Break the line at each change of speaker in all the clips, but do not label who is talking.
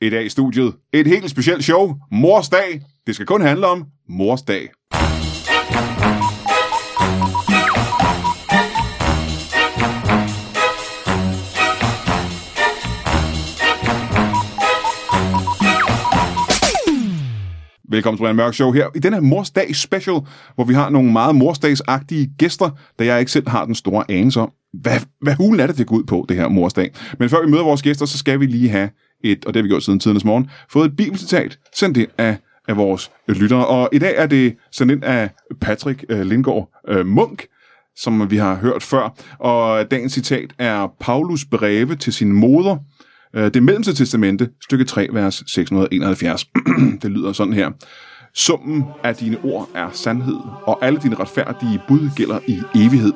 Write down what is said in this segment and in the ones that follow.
i dag i studiet. Et helt specielt show, Mors Dag. Det skal kun handle om Mors Dag. Velkommen til Brian Mørk Show her i denne her Mors Dag special, hvor vi har nogle meget morsdagsagtige gæster, da jeg ikke selv har den store anelse om, hvad, hvad hulen er det, det går ud på, det her morsdag. Men før vi møder vores gæster, så skal vi lige have et, og det har vi gjort siden tidernes morgen, fået et bibelcitat sendt ind af, af vores lyttere. Og i dag er det sendt ind af Patrick øh, Lindgaard øh, Munk, som vi har hørt før. Og dagens citat er Paulus breve til sin moder, Øh, Det mellemste testamente, stykke 3, vers 671. det lyder sådan her. Summen af dine ord er sandhed, og alle dine retfærdige bud gælder i evighed.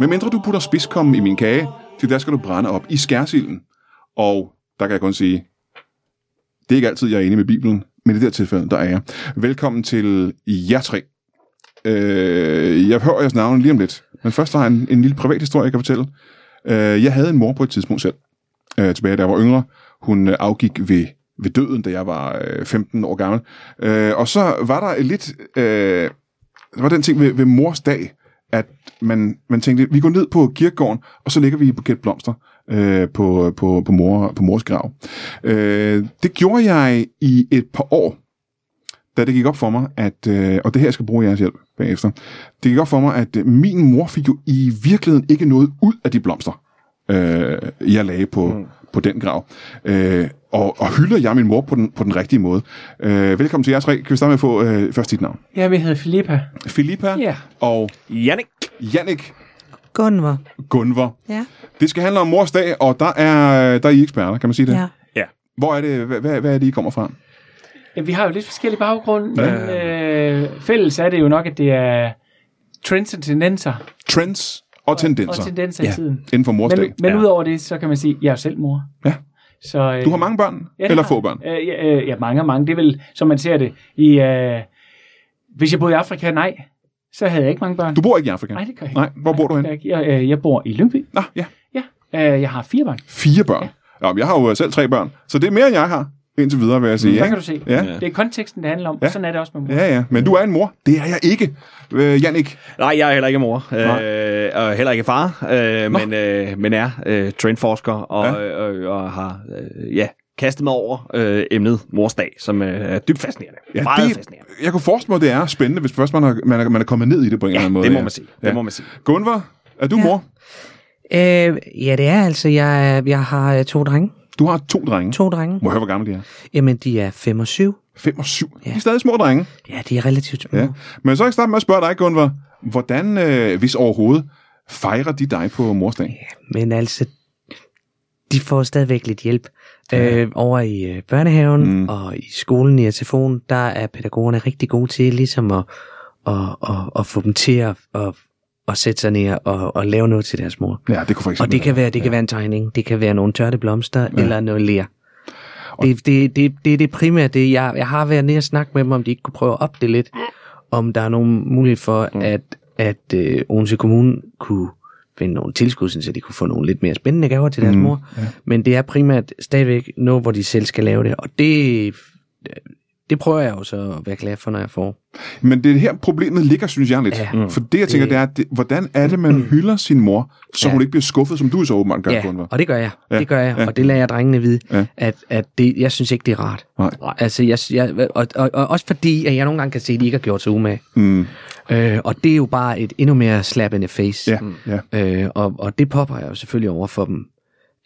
Men mindre du putter spidskommen i min kage, til der skal du brænde op i skærsilden. Og der kan jeg kun sige, det er ikke altid, jeg er enig med Bibelen, men i det her tilfælde, der er jeg. Velkommen til jer tre. Øh, jeg hører jeres navne lige om lidt, men først har jeg en, en lille privat historie, jeg kan fortælle. Øh, jeg havde en mor på et tidspunkt selv, øh, tilbage, da jeg var yngre. Hun øh, afgik ved, ved døden, da jeg var øh, 15 år gammel. Øh, og så var der lidt... Øh, der var den ting ved, ved mors dag, at man, man tænkte, vi går ned på kirkegården, og så lægger vi et buket blomster øh, på, på, på, mor, på mors grav. Øh, det gjorde jeg i et par år, da det gik op for mig, at, øh, og det her jeg skal bruge jeres hjælp bagefter, det gik op for mig, at øh, min mor fik jo i virkeligheden ikke noget ud af de blomster, øh, jeg lagde på, mm. på den grav. Øh, og, og hylder jeg min mor på den, på den rigtige måde. Øh, velkommen til jer tre. Kan vi starte med at få øh, først dit navn?
Jeg vil hedde Filippa.
Filippa
Ja.
og
Jannik.
Jannik
Gunvor.
Gunvor.
Ja.
Det skal handle om mors dag, og der er, der er I eksperter, kan man sige det?
ja.
Ja.
Hvor er det, hvad, hvad, hvad er det, I kommer fra?
Ja, vi har jo lidt forskellige baggrunde, men øh, fælles er det jo nok, at det er trends og tendenser.
Trends og tendenser
Og tendenser ja. i
Ja.
tiden.
inden for mors
Men,
dag.
men
Ja.
udover det, så kan man sige, at jeg er jo selv mor.
Ja.
Så, øh,
Du har mange børn,
Ja, det
eller
har
få
jeg.
børn?
Øh, ja, øh, ja, mange og mange. Det er vel, som man ser det, i, øh, hvis jeg boede i Afrika, nej, så havde jeg ikke mange børn.
Du bor ikke i Afrika?
Nej, det gør jeg ikke.
Nej, hvor bor du
det
henne?
gør jeg, ikke. jeg, øh, jeg bor i Lyngby.
Nå, ja,
Ja, øh, jeg har fire børn.
fire børn. Ja. men jeg har jo øh, selv tre børn, så det er mere, end jeg har indtil videre, vil jeg sige.
Mm, Der
ikke?
kan du se.
Ja.
Det er konteksten, det handler om,
Ja.
og sådan er det også med mor.
Ja, ja, men du er en mor. Det er jeg ikke. Øh, Jannik,
Nej, jeg er heller ikke mor,
Nej.
øh, og heller ikke far, øh, men, øh, men er øh, trendforsker og,
Ja.
ja. øh, og, og har øh, ja, kastet mig over øh, emnet morsdag, som øh, er dybt fascinerende. Ja, Meget det,
det,
fascinerende.
jeg kunne forestille mig, det er spændende, hvis først man er, man er, man er kommet ned i det på en eller anden måde.
Det må man sige.
Ja.
Det må man sige.
Gunvar, er du ja.
Ja.
mor?
Øh, ja, det er altså. Jeg, er- jeg har øh, to drenge.
Du har to drenge.
To drenge.
Må jeg høre, hvor gamle de er?
Jamen, de er fem og syv.
5 og 7. Ja.
Ja.
De er stadig små drenge.
Ja, de er relativt små.
Ja. Men så kan jeg starte med at spørge dig, Gunvar. Hvordan, øh, hvis overhovedet, fejrer de dig på morsdagen?
Men altså, de får stadigvæk lidt hjælp. Øh, over i øh, børnehaven
Mm.
mm. og i skolen i SFO'en, der er pædagogerne rigtig gode til ligesom at, at, at, at få dem til at, at, at sætte sig ned og, og lave noget til deres mor.
Ja, det kunne for eksempel
Og det kan være, det kan være en tegning, det kan være nogle tørte blomster ja. eller noget ler. Det, det, det, det er det primære. Det, er- jeg, jeg har været nede og snakke med dem, om de ikke kunne prøve at op det lidt. Om der er nogen mulighed for,
Mm.
at, at øh, Odense Kommune kunne finde nogle tilskud, sådan så de kunne få nogle lidt mere spændende gaver til deres
Mm,
mm, mor. Ja. Men det er primært stadigvæk noget, hvor de selv skal lave det. Og det, øh, det prøver jeg jo så at være glad for, når jeg får.
Men det er her, problemet ligger, synes jeg lidt. Ja.
Mm.
Ja. Mm.
For det, jeg tænker, det er, det, hvordan er det, man hylder sin mor, så
Ja.
hun ikke bliver skuffet, som du så åbenbart gør,
ja,
Gunvar?
og det gør jeg.
Ja,
Ja, det gør jeg,
ja.
ja. og det lader jeg drengene vide,
Ja.
ja. at, at det, jeg synes ikke, det er rart.
Nej.
Altså, jeg, jeg, og, og, og også fordi, at jeg nogle gange kan se, at de ikke har gjort sig umage.
Mm.
Øh, og det er jo bare et endnu mere slap in the face.
Ja,
Mm.
ja.
Øh, og, og det påpeger jeg jo selvfølgelig over for dem,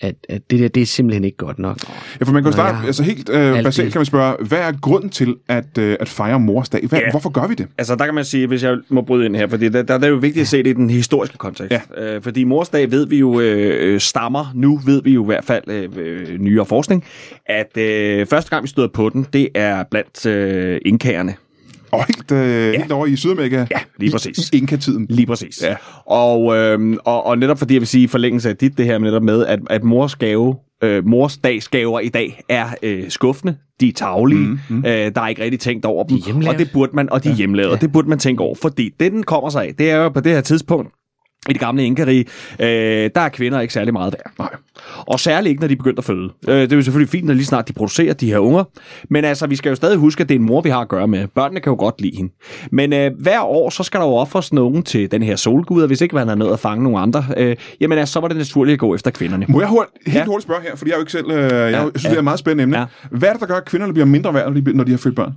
at, at det der, det er simpelthen ikke godt nok.
Ja, for man kan jo
Nå,
starte,
jeg har
altså helt øh,
alt
basalt
det.
kan man spørge, hvad er grunden til at, øh, at fejre mors dag? Hvad,
Ja.
Hvorfor gør vi det?
Altså, der kan man sige, hvis jeg må bryde ind her, fordi der, der er det jo vigtigt at se det i den historiske kontekst. Ja. Øh, fordi morsdag ved vi jo øh, øh, stammer, nu ved vi jo i hvert fald øh, øh, nyere forskning, at øh, første gang vi støder på den, det er blandt øh, inkagerne.
Og helt, øh, ja. helt over i Sydamerika.
Ja, lige præcis.
I, i Inka-tiden.
Lige præcis.
Ja.
Ja. Og, øhm, og, og netop fordi jeg vil sige i forlængelse af dit det her med netop med, at, at mors gave, øh, mors dagsgaver i dag er øh, skuffende. De er taglige. Mm, mm. Øh, der er ikke rigtig tænkt over dem.
er hjemmelavet.
og det burde man, og de er hjemlavet. Ja. Det burde man tænke over, fordi det, den kommer sig af, det er jo på det her tidspunkt, i det gamle inkarige, øh, der er kvinder ikke særlig meget værd.
Nej.
Og særligt ikke, når de er begyndt at føde. Øh, det er jo selvfølgelig fint, når lige snart de producerer de her unger. Men altså, vi skal jo stadig huske, at det er en mor, vi har at gøre med. Børnene kan jo godt lide hende. Men øh, hver år, så skal der jo offres nogen til den her solgud, og hvis ikke man har nået at fange nogen andre, øh, jamen altså, så var det naturligt at gå efter kvinderne.
Må jeg hurtigt, helt hurtigt spørge her, fordi jeg er jo ikke selv, øh, jeg ja, synes, ja. det er et meget spændende emne.
Ja.
Ja. Hvad er det, der gør, at kvinderne bliver mindre værd, når de- når de har født børn?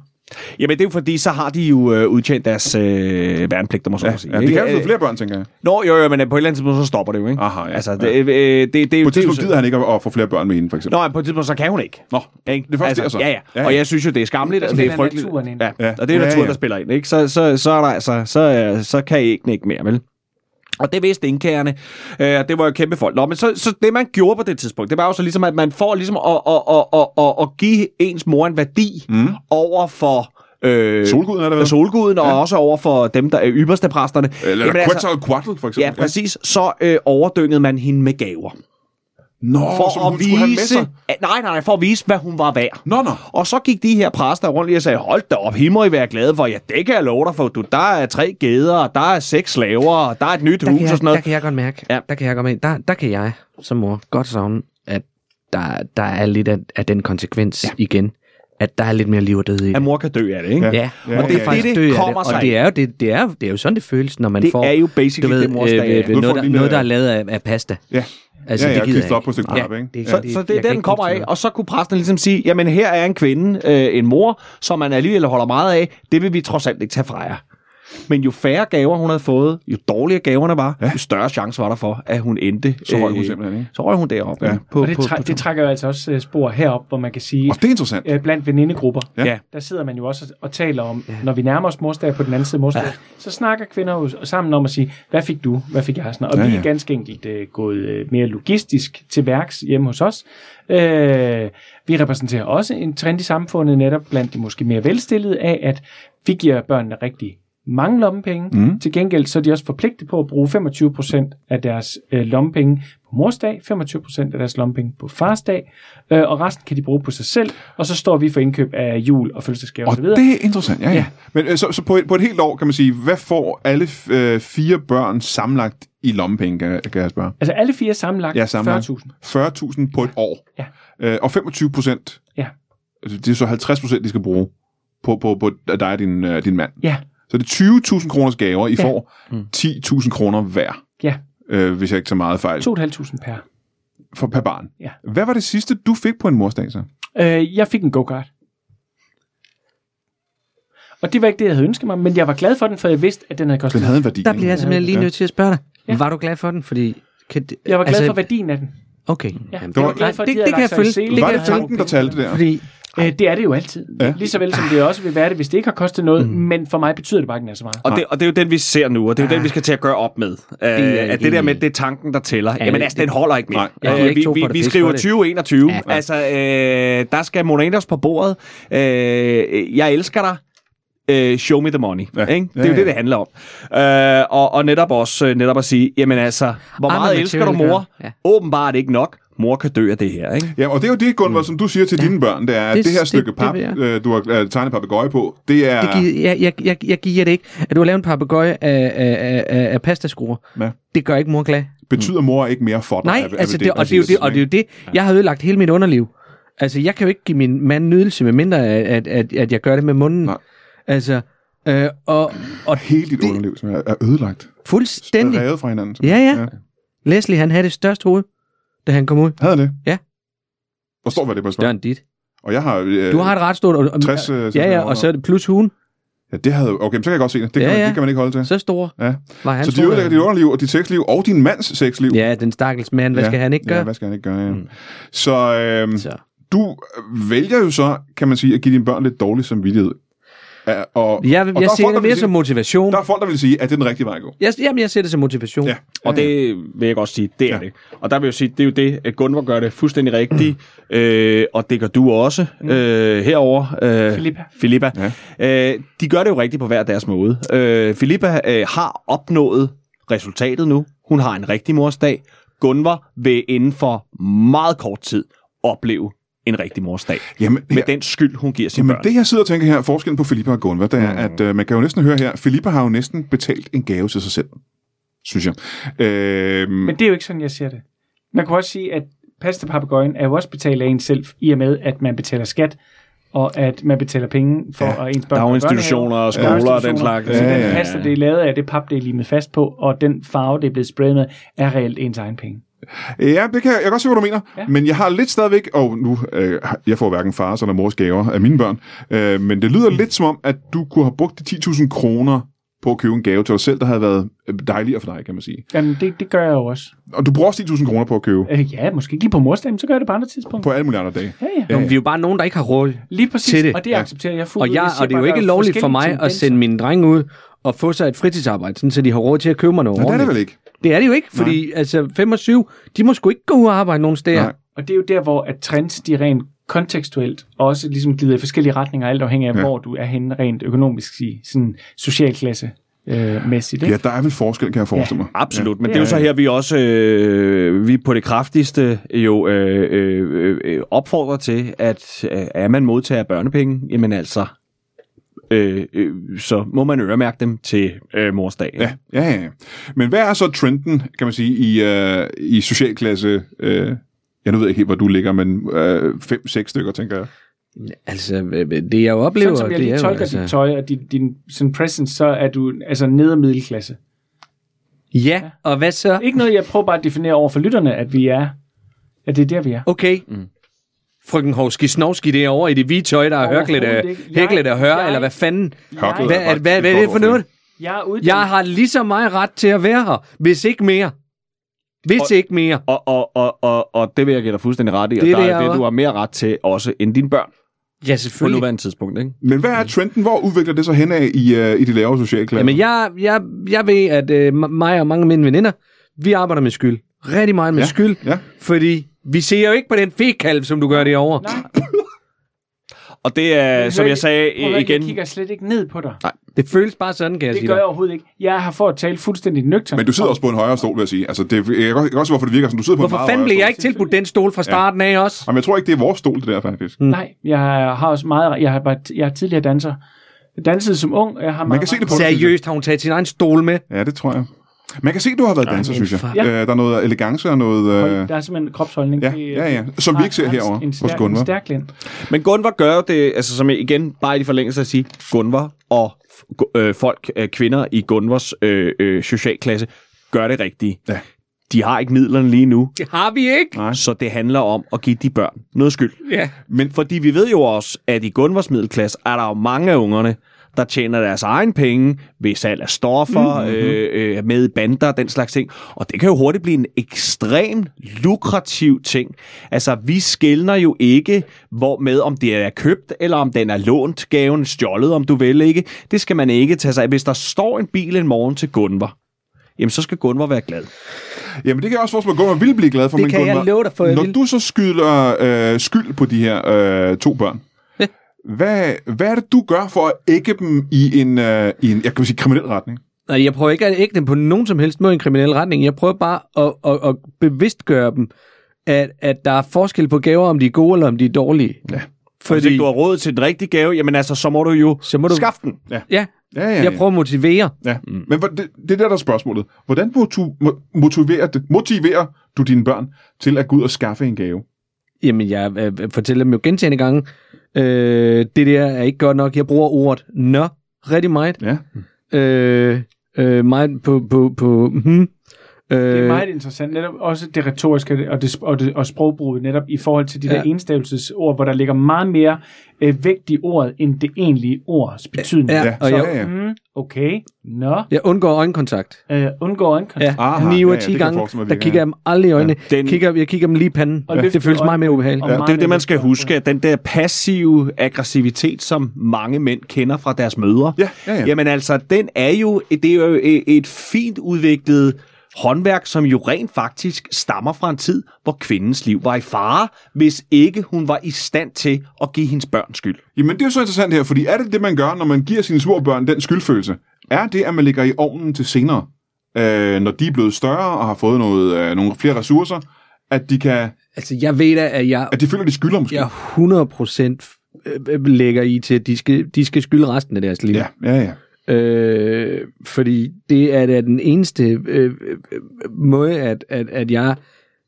Jamen, det er jo fordi, så har de jo øh, udtjent deres øh, værnepligt, om man så må sige.
Ja, det
ikke?
kan jo
Øh,
føde flere børn, tænker jeg.
Nå, jo, jo, men øh, på et eller andet tidspunkt, så stopper det jo, ikke?
Aha, ja.
Altså, det, øh, det, det, det,
På et
det, er jo
tidspunkt
så-
gider han ikke at at få flere børn med hende, for eksempel.
Nå, men på et tidspunkt, så kan hun ikke. Nå, ikke?
det er faktisk det, altså.
Ja, ja,
Ja,
ja.
ja.
Og jeg synes jo, det er skamligt, og det
spiller
er frygteligt.
naturen ind.
Ja.
Ja.
ja, og det er
Ja,
naturen,
ja.
der spiller ind, ikke? Så, så, så er der altså, så, er- så kan ikke ikke mere, vel? Og det vidste indkærerne, øh, og det var jo kæmpe folk. Nå, men så, så det, man gjorde på det tidspunkt, det var jo så ligesom, at man får ligesom at, at, at, at, at, at give ens mor en værdi mm. over for... Øh,
Solguden er det, vel?
Solguden, og også over for dem, der er ypperste præsterne.
Eller
Jamen
Quetzal altså, Quattle, for
ja,
eksempel.
præcis. Så øh, overdyngede man hende med gaver.
Nå,
for
som
at
hun skulle have med
vise...
sig.
Ja, Nej, nej, nej, for at vise, hvad hun var værd.
Nå, nå.
Og så gik de her præster rundt lige og sagde, hold da op, I må I være glade for, ja, det kan jeg love dig for, du, der er tre gæder, og der er seks slaver, og der er et nyt
der
hus
kan jeg,
og sådan noget.
Der kan jeg godt mærke,
Ja.
ja. der, kan jeg godt mærke der, der kan jeg som mor godt savne, at der, der er lidt af, af den konsekvens ja. igen. At der er lidt mere liv og død i
At
det.
mor kan dø af det, ikke?
Ja.
Ja,
Ja,
og
ja,
det
ja.
er faktisk
Det
dø af det.
kommer sig.
Og det er, jo, det, det, er, jo- det er jo sådan, det føles, når man
Det
får...
er jo basically
du ved,
det, mors dag er.
øh,
Nu
øh,
får du
noget, der,
lige
noget,
lidt-
der er lavet af, af pasta.
Ja.
Altså,
Ja, ja,
det gider
klistret
jeg
op på et stykke pap, ikke?
det,
Så-
Så det er
jeg kan
den kommer
huske
af,
noget.
og så kunne præsten ligesom sige, jamen her er en kvinde, øh, en mor, som man alligevel holder meget af, det vil vi trods alt ikke tage fra jer. Men jo færre gaver hun havde fået, jo dårligere gaverne var, ja. jo større chance var der for, at hun endte. øh,
Så røg hun simpelthen, ikke?
Så røg hun deroppe.
Ja.
På,
Og det,
på,
træ,
på,
det trækker jo altså også øh, spor herop, hvor man kan sige,
Og det er interessant.
øh, blandt venindegrupper,
Ja.
Ja.
der sidder man jo også og- og taler om, når vi nærmer os morsdag på den anden side morsdag, så snakker kvinder jo sammen om at sige, hvad fik du, hvad fik jeg? Sådan, noget. og
Ja,
vi
ja.
er ganske enkelt øh, gået øh, mere logistisk til værks hjemme hos os. Øh, vi repræsenterer også en trend i samfundet, netop blandt de måske mere velstillede, af at vi giver børnene rigtig mange lommepenge. Mm. Til gengæld så er de også forpligtet på at bruge 25% af deres øh, lommepenge på morsdag, 25% af deres lommepenge på farsdag, øh, og resten kan de bruge på sig selv, og så står vi for indkøb af jul og fødselsdagsgaver
Og
osv.
det er interessant, ja. ja. Men øh, så, så på, et, på et helt år, kan man sige, hvad får alle f- øh, fire børn samlet i lommepenge, kan, kan jeg spørge?
Altså alle fire sammenlagt,
Ja, sammenlagt.
40.000.
40.000 på et år.
Ja.
Øh, og 25 procent, Altså,
Ja.
det er så 50 procent, de skal bruge på, på, på dig og din, øh, din mand.
Ja,
Så det er 20.000 kroners gaver, I ja.
Ja.
får 10.000 kroner hver,
ja.
øh, hvis jeg ikke så meget fejl,
2.500 per.
for per barn.
Ja.
Hvad var det sidste, du fik på en morsdag så?
Øh, jeg fik en go-kart. Og det var ikke det, jeg havde ønsket mig, men jeg var glad for den, for jeg vidste, at den havde kostet.
Den havde en værdi.
Der bliver altså jeg
ikke?
simpelthen lige
Ja.
nødt til at spørge dig.
Ja.
Var du glad for den? Fordi... Kan, det-
Jeg var glad altså, for værdien af den.
Okay.
Ja,
Jamen,
jeg var
det-
glad for, at de
det,
havde
det kan
lagt
jeg
sig i
følge.
selen.
Det
Var
kan
det
jeg følge.
tanken, der talte der?
Fordi
Øh, det er det jo altid.
Ja.
Ja. Lige så vel som det også vil være det, hvis det ikke har kostet noget, mm. men for mig betyder det bare ikke nær så meget.
Og det, og det er jo den, vi ser nu, og det er
Ah.
jo den, vi skal til at gøre op med. Det
jeg
at det der
enig
med,
i.
det er tanken, der tæller. Ja, Jamen altså, den holder ikke mere.
Jeg giver
Øh,
ikke
vi,
to
vi,
for det
vi
pis
skriver
for det.
2021.
Ja.
Altså, øh, der skal monetos på bordet. Øh, jeg elsker dig. Øh, show me the money.
Ja.
Ja. Ikke? Det er
Ja,
jo
ja.
det, det handler om. Øh, og, og netop også øh, netop at sige, jamen altså, hvor
I'm a
meget elsker du
material
mor?
girl. Ah, Ja.
Åbenbart ikke nok. Mor kan dø af det her, ikke?
Ja, og det er jo det, Gunvor, som du siger til ja. dine børn, det er, at det,
Det-
det her
det-
stykke
det
pap,
vil jeg.
øh, du har øh, tegnet papegøje på, det er...
det giver, jeg, jeg, jeg, jeg giver det ikke. At du har lavet en papegøje af, af, af, af pastaskruer,
Ja.
det gør ikke mor glad.
betyder mor ikke mere for dig?
Nej,
er- er
altså det, og, det er jo det, og det er jo det, jeg har ødelagt hele mit underliv. Altså, jeg kan jo ikke give min mand nydelse, med mindre at, at, at jeg gør det med munden.
Nej.
Altså, øh, og, og
Hele dit underliv som er, er ødelagt.
fuldstændig.
Revet fra hinanden.
Ja, ja. Leslie, han havde det største hoved, da han kom ud.
Havde det?
Ja.
Forstår, hvad det var
Større end dit.
Og jeg har... Øh,
Du har et ret stort... Og,
60, øh,
ja,
centimeter
ja,
over.
og så er det plus hun.
Ja, det havde... Okay, men så kan jeg godt se det. Det, ja,
Ja,
kan, man, ja.
ja.
det kan man ikke holde til.
Så stor
Ja.
var han.
Så de
tror jeg.
ødelægger dit underliv og dit sexliv og din mands sexliv.
Ja, den stakkels mand, hvad
Ja.
skal han ikke
Ja,
gøre?
hvad skal han ikke gøre? Ja. Mm. Så, øhm,
Så.
du øh, vælger jo så, kan man sige, at give dine børn lidt dårlig samvittighed. Ja, og,
Jeg,
og der
jeg
er folk,
ser
der
det
vil
mere
sige-
som motivation.
Der er folk, der vil sige, at det er den rigtige vej at gå.
Jeg, jamen, jeg ser det som motivation.
Ja.
Og det vil jeg godt sige, det er
Ja.
ja. det. Og der vil jeg sige, det er jo det, at Gunvor gør det fuldstændig rigtigt, øh, og det gør du også øh, herover. Øh,
Filippa.
Filippa. Ja. Øh, de gør det jo rigtigt på hver deres måde. Øh, Filippa øh, har opnået resultatet nu. Hun har en rigtig morsdag. Gunvor vil inden for meget kort tid opleve en rigtig morsdag.
Jamen,
Med
her-
den skyld, hun giver sine
Jamen
børn.
det, jeg sidder og tænker her, forskellen på Filippa og Gunvar, det er, mm. at øh, man kan jo næsten høre her, Filippa har jo næsten betalt en gave til sig selv. synes jeg. Øh,
Men det er jo ikke sådan, jeg ser det. Man kunne også sige, at pastapapagøjen er jo også betalt af en selv, i og med, at man betaler skat, og at man betaler penge for, ja, at ens børn
daginstitutioner og skoler og den slags.
Ja, ja,
Ja,
ja. Så
ja,
den
ja.
pasta, det er lavet af, det pap, det er limet fast på, og den farve, det er blevet sprayet med, er reelt ens egen penge.
Øh, Ja, det kan jeg, jeg kan godt se, hvad du mener. Ja.
Ja.
Men jeg har lidt stadigvæk, og nu, øh, jeg får hverken fars eller mors gaver af mine børn, øh, men det lyder mm. lidt som om, at du kunne have brugt de 10.000 kroner på at købe en gave til dig selv, der havde været øh, dejligere for dig, kan man sige.
Jamen, det, det gør jeg jo også.
Og du bruger også 10.000 kroner på at købe
Øh, ja, måske ikke lige på morsdagen, så gør jeg det på andre tidspunkter.
på alle mulige andre dage.
Ja, ja.
Vi er jo bare nogen, der ikke har råd.
Lige præcis,
Til det.
og det accepterer jeg fuldt
Og,
ud.
jeg,
Jeg siger
og det er jo
bare,
ikke
der
lovligt for
forskellige
mig at
tendenser.
sende mine drenge ud og få sig et fritidsarbejde, sådan, så de har råd til at købe mig noget
Men det er det
ordentligt.
vel ikke?
Det er det jo ikke, fordi altså 5 og 7, de må sgu ikke gå ud og arbejde nogen steder.
Nej.
Og det er jo der, hvor at trends, de rent kontekstuelt også ligesom glider i forskellige retninger, alt afhængig af,
Ja.
ja. hvor du er henne rent økonomisk, sige, sådan socialklasse øh, mæssigt. Ikke?
Ja, der er vel forskel, kan jeg forestille mig.
Absolut, men det er jo så her, vi også øh, vi på det kraftigste jo øh, øh, øh, opfordrer til, at øh, er man modtager børnepenge, jamen altså, øh, øh, så må man øremærke dem til øh, morsdag.
Ja, ja, ja. ja. Men hvad er så trenden, kan man sige, i, øh, i socialklasse... Øh, jeg nu ved jeg ikke helt, hvor du ligger, men øh, fem-seks stykker, tænker jeg.
Altså, øh, det jeg jo oplever,
Sådan som jeg
det
lige
er jo, altså-
tolker dit tøj og din, din sådan presence, så er du altså nede af middelklasse.
Ja, og hvad så?
Ikke noget, jeg prøver bare at definere over for lytterne, at vi er, at det er der, vi er.
Okay. Mm. Frøken Hovski Snovski derovre i det hvide tøj, der er hørklædt af,
Overhovedet ikke. Jeg-
hæklet af høre,
jeg-
eller hvad fanden?
Hørklæde
Hvad,
er
er,
faktisk
hvad,
et
hvad er
godt
det for
ord for det.
noget?
Jeg er uddannelse.
Jeg har lige så meget ret til at være her, hvis ikke mere. Hvis ikke mere.
Og, og, og, og, og det vil jeg give dig fuldstændig ret i, og
Det er
det, der
det,
er
jeg
det, du
også.
har mere ret til også end dine børn
Ja,
på
selvfølgelig.
nuværende tidspunkt. Ikke?
Men hvad er trenden? Hvor udvikler det sig henad i, øh, i de lavere socialklasser?
Jamen, jeg, jeg, jeg ved, at øh, m- mig og mange af mine veninder, vi arbejder med skyld. Rigtig meget med
Ja,
skyld.
ja.
Fordi vi ser jo ikke på den fekalv, som du gør derovre.
Nej,
Og det er,
Men
som
hør,
jeg sagde
prøv at høre,
igen,
Jeg kigger slet ikke ned på dig.
Det føles bare sådan, kan jeg
Det
sige
gør
dig.
jeg overhovedet ikke. Jeg er her for at tale fuldstændig nøgternt.
Men du sidder også på en højere stol, vil jeg sige. Altså, det, jeg kan godt- jeg kan også se, hvorfor det virker sådan. Du sidder på
Hvorfor
en meget
fanden
højere
blev jeg
stol.
ikke tilbudt den stol fra starten af også?
Jamen, jeg tror ikke, det er vores stol, det der, faktisk. Mm.
Nej, jeg har også meget... Jeg har, været- jeg er tidligere danser. Jeg dansede som ung, og jeg har
Man
meget...
kan se det på dig, synes
Seriøst, har hun taget sin egen stol med?
jeg. Ja, det tror jeg. Man kan se, du har været danser, synes jeg.
fuck.
Øh, der er noget elegance og noget... Øh,
Der er simpelthen kropsholdning.
ja,
Det-
ja, ja. Som vi ikke ser
har en-
herovre
en
hos
stærk-
Gunvar.
En stærk lind.
Men Gunvar gør jo det, altså som jeg igen, bare i forlængelse at sige, Gunvar og f- gu- øh, folk, øh, kvinder i Gunvars øh, øh, socialklasse, gør det rigtige.
Ja.
De har ikke midlerne lige nu,
Det har vi ikke.
Nej.
så det handler om at give de børn noget skyld.
Ja.
Men fordi vi ved jo også, at i Gunvars middelklasse er der jo mange af ungerne, der tjener deres egen penge ved salg af stoffer,
Mhm,
mm-hmm. øh, øh, med i bander den slags ting. Og det kan jo hurtigt blive en ekstrem lukrativ ting. Altså, vi skældner jo ikke hvor med, om det er købt, eller om den er lånt, gaven stjålet, om du vil ikke. Det skal man ikke tage sig af. Hvis der står en bil en morgen til Gunvar, jamen så skal Gunvar være glad.
Jamen, det kan jeg også forstå, at Gunvar ville blive glad for.
Det
men
kan jeg
Gunvar,
love dig for, jeg
Når
vil.
du så skylder øh, skyld på de her øh, to børn, hvad, hvad er det, du gør for at ægge dem i en, øh, i en jeg kan sige, kriminel retning?
Nej, jeg prøver ikke at ægge dem på nogen som helst måde i en kriminel retning. Jeg prøver bare at, at, at bevidstgøre dem, at, at der er forskel på gaver, om de er gode eller om de er dårlige. Ja.
Fordi... Hvis
Fordi,
ikke du har råd til den rigtige gave, jamen altså, så må du jo
så må du...
skaffe den.
Ja,
Ja, ja, ja.
jeg prøver at motivere.
Ja, mm. men hvor- det, det er der, der er spørgsmålet. Hvordan motu- mo- motiverer, det- motiverer du dine børn til at gå ud og skaffe en gave?
Jamen, jeg øh, fortæller dem jo gentagende gange, øh, det der er ikke godt nok. Jeg bruger ordet nå rigtig meget.
Ja.
Øh, øh, meget på... på, på hmm.
Det er
øh,
meget interessant, netop også det retoriske og, det, og, det, og sprogbruget netop i forhold til de
Ja.
der enstavelsesord, hvor der ligger meget mere øh, vægt i ordet, end det egentlige ords betydning.
ja,
Ja,
og
så,
jeg,
ja, ja.
Mm, okay, nå,
jeg undgår øjenkontakt.
øh, undgå øjenkontakt.
Ja,
Aha,
Aha, 9 ud
ja,
af
ja, det kan
10
jeg
gange,
forestille mig
der
virker,
kigger
ja.
jeg dem aldrig i øjnene.
Ja.
Den...
Den-
Kigger, jeg kigger dem lige i panden.
Og
Ja.
løfte
Det føles meget mere
øjnene.
ubehageligt.
Og
Ja.
meget
Det er jo det,
mere
man skal
vægt.
huske, at den der passive aggressivitet, som mange mænd kender fra deres mødre,
Ja, ja, ja.
jamen altså, den er jo, det er jo e- et fint udviklet håndværk, som jo rent faktisk stammer fra en tid, hvor kvindens liv var i fare, hvis ikke hun var i stand til at give hendes børn skyld.
Jamen, det er jo så interessant her, fordi er det det, man gør, når man giver sine små børn den skyldfølelse? Er det, at man ligger i ovnen til senere, øh, når de er blevet større og har fået noget, øh, nogle flere ressourcer, at de, kan,
Altså, jeg ved da, at jeg,
at de føler, de skylder måske?
jeg 100% f- øh, øh, lægger i til, at de skal, de skal skylde resten af deres liv.
ja, ja. ja.
Øh, fordi det er da den eneste øh, øh, måde, at, at, at jeg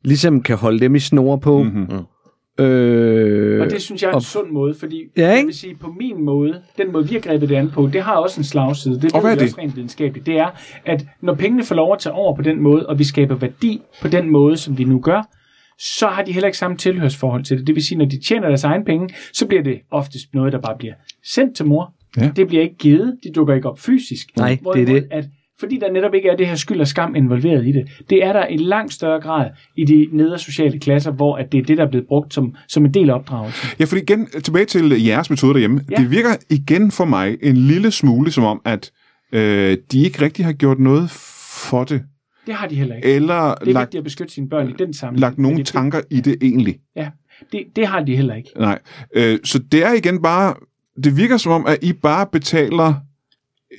ligesom kan holde dem i snor på.
Mhm.
Mm-hmm. Øh,
Og det synes jeg er en sund måde, fordi
Ja,
jeg
ikke?
vil sige, på min måde, den måde, vi har grebet det an på, det har også en slagside. Det
Og hvad
ved
er
vi
det?
også rent videnskabeligt. Det er, at når pengene får lov at tage over på den måde, og vi skaber værdi på den måde, som vi nu gør, så har de heller ikke samme tilhørsforhold til det. Det vil sige, når de tjener deres egen penge, så bliver det oftest noget, der bare bliver sendt til mor.
Ja.
Det bliver ikke givet. De dukker ikke op fysisk.
Nej, det er
Hvorimod,
det.
At, fordi der netop ikke er det her skyld og skam involveret i det. Det er der i langt større grad i de nedre sociale klasser, hvor at det er det, der er blevet brugt som, som en del af opdragelsen.
Ja, fordi igen, tilbage til øh, jeres metode derhjemme. Ja.
Ja.
Det virker igen for mig en lille smule som om, at øh, de ikke rigtig har gjort noget for det,
Det har de heller ikke.
eller
Det er
lagt,
vigtigt at beskytte sine børn i den sammenhæng.
lagt nogle
Fordi det,
tanker i det egentlig.
Ja, det, det har de heller ikke.
Nej. Øh, så det er igen bare, det virker som om, at I bare betaler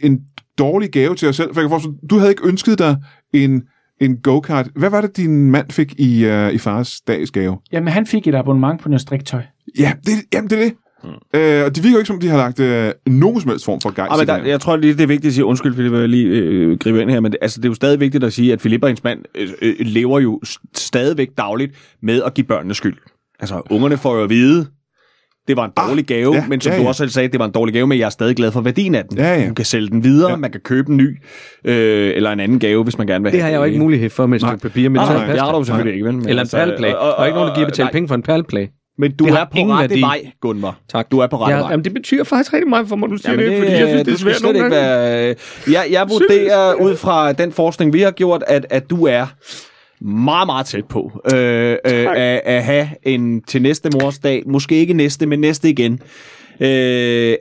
en dårlig gave til jer selv. For jeg kan forstå, du havde ikke ønsket dig en, en go-kart. Hvad var det, din mand fik i, øh, i fars dagsgave?
Jamen, han fik et abonnement på noget striktøj.
Ja, det, jamen det er det. Mm. Øh, og det virker jo ikke, som de har lagt øh, nogen som helst form for gejst.
Ej, Hmm. Ah,
i
men
det
der,
her.
jeg tror lige, det er vigtigt at sige, undskyld, Philip, at jeg lige øh, griber ind her, men det, altså, det er jo stadig vigtigt at sige, at Philip og hendes mand øh, øh, lever jo s- stadigvæk dagligt med at give børnene skyld. Altså, ungerne får jo at vide, det var en
Ah,
dårlig gave,
ja,
men som
ja,
du
ja.
også selv sagde, det var en dårlig gave, men jeg er stadig glad for værdien af den.
Ja, ja.
Du kan sælge den videre,
Ja.
ja. man kan købe en ny, øh, eller en anden gave, hvis man gerne vil
det
have
har jeg jo ikke mulighed for med et
Nej.
stykke papir med
Nej,
tre
nej, det har du jo selvfølgelig ikke, vel? Men
Eller en
altså,
palplay.
og- og-
Der er ikke nogen, der giver betalt
nej,
penge for en palplay.
Men du
Det
har
har
ingen
ingen
rette
værdi.
vej, Gunvar.
Tak.
Du er på rette
Ja,
vej.
jamen, det betyder faktisk rigtig meget for mig, du siger
Jamen,
det, fordi jeg synes, det er
du skal
svært
slet
nogle
ikke
gange.
være... øh, Jeg, jeg vurderer ud fra den forskning, vi har gjort, at, at du er meget, meget tæt på øh, øh, at, at have en til næste morsdag, måske ikke næste, men næste igen, øh,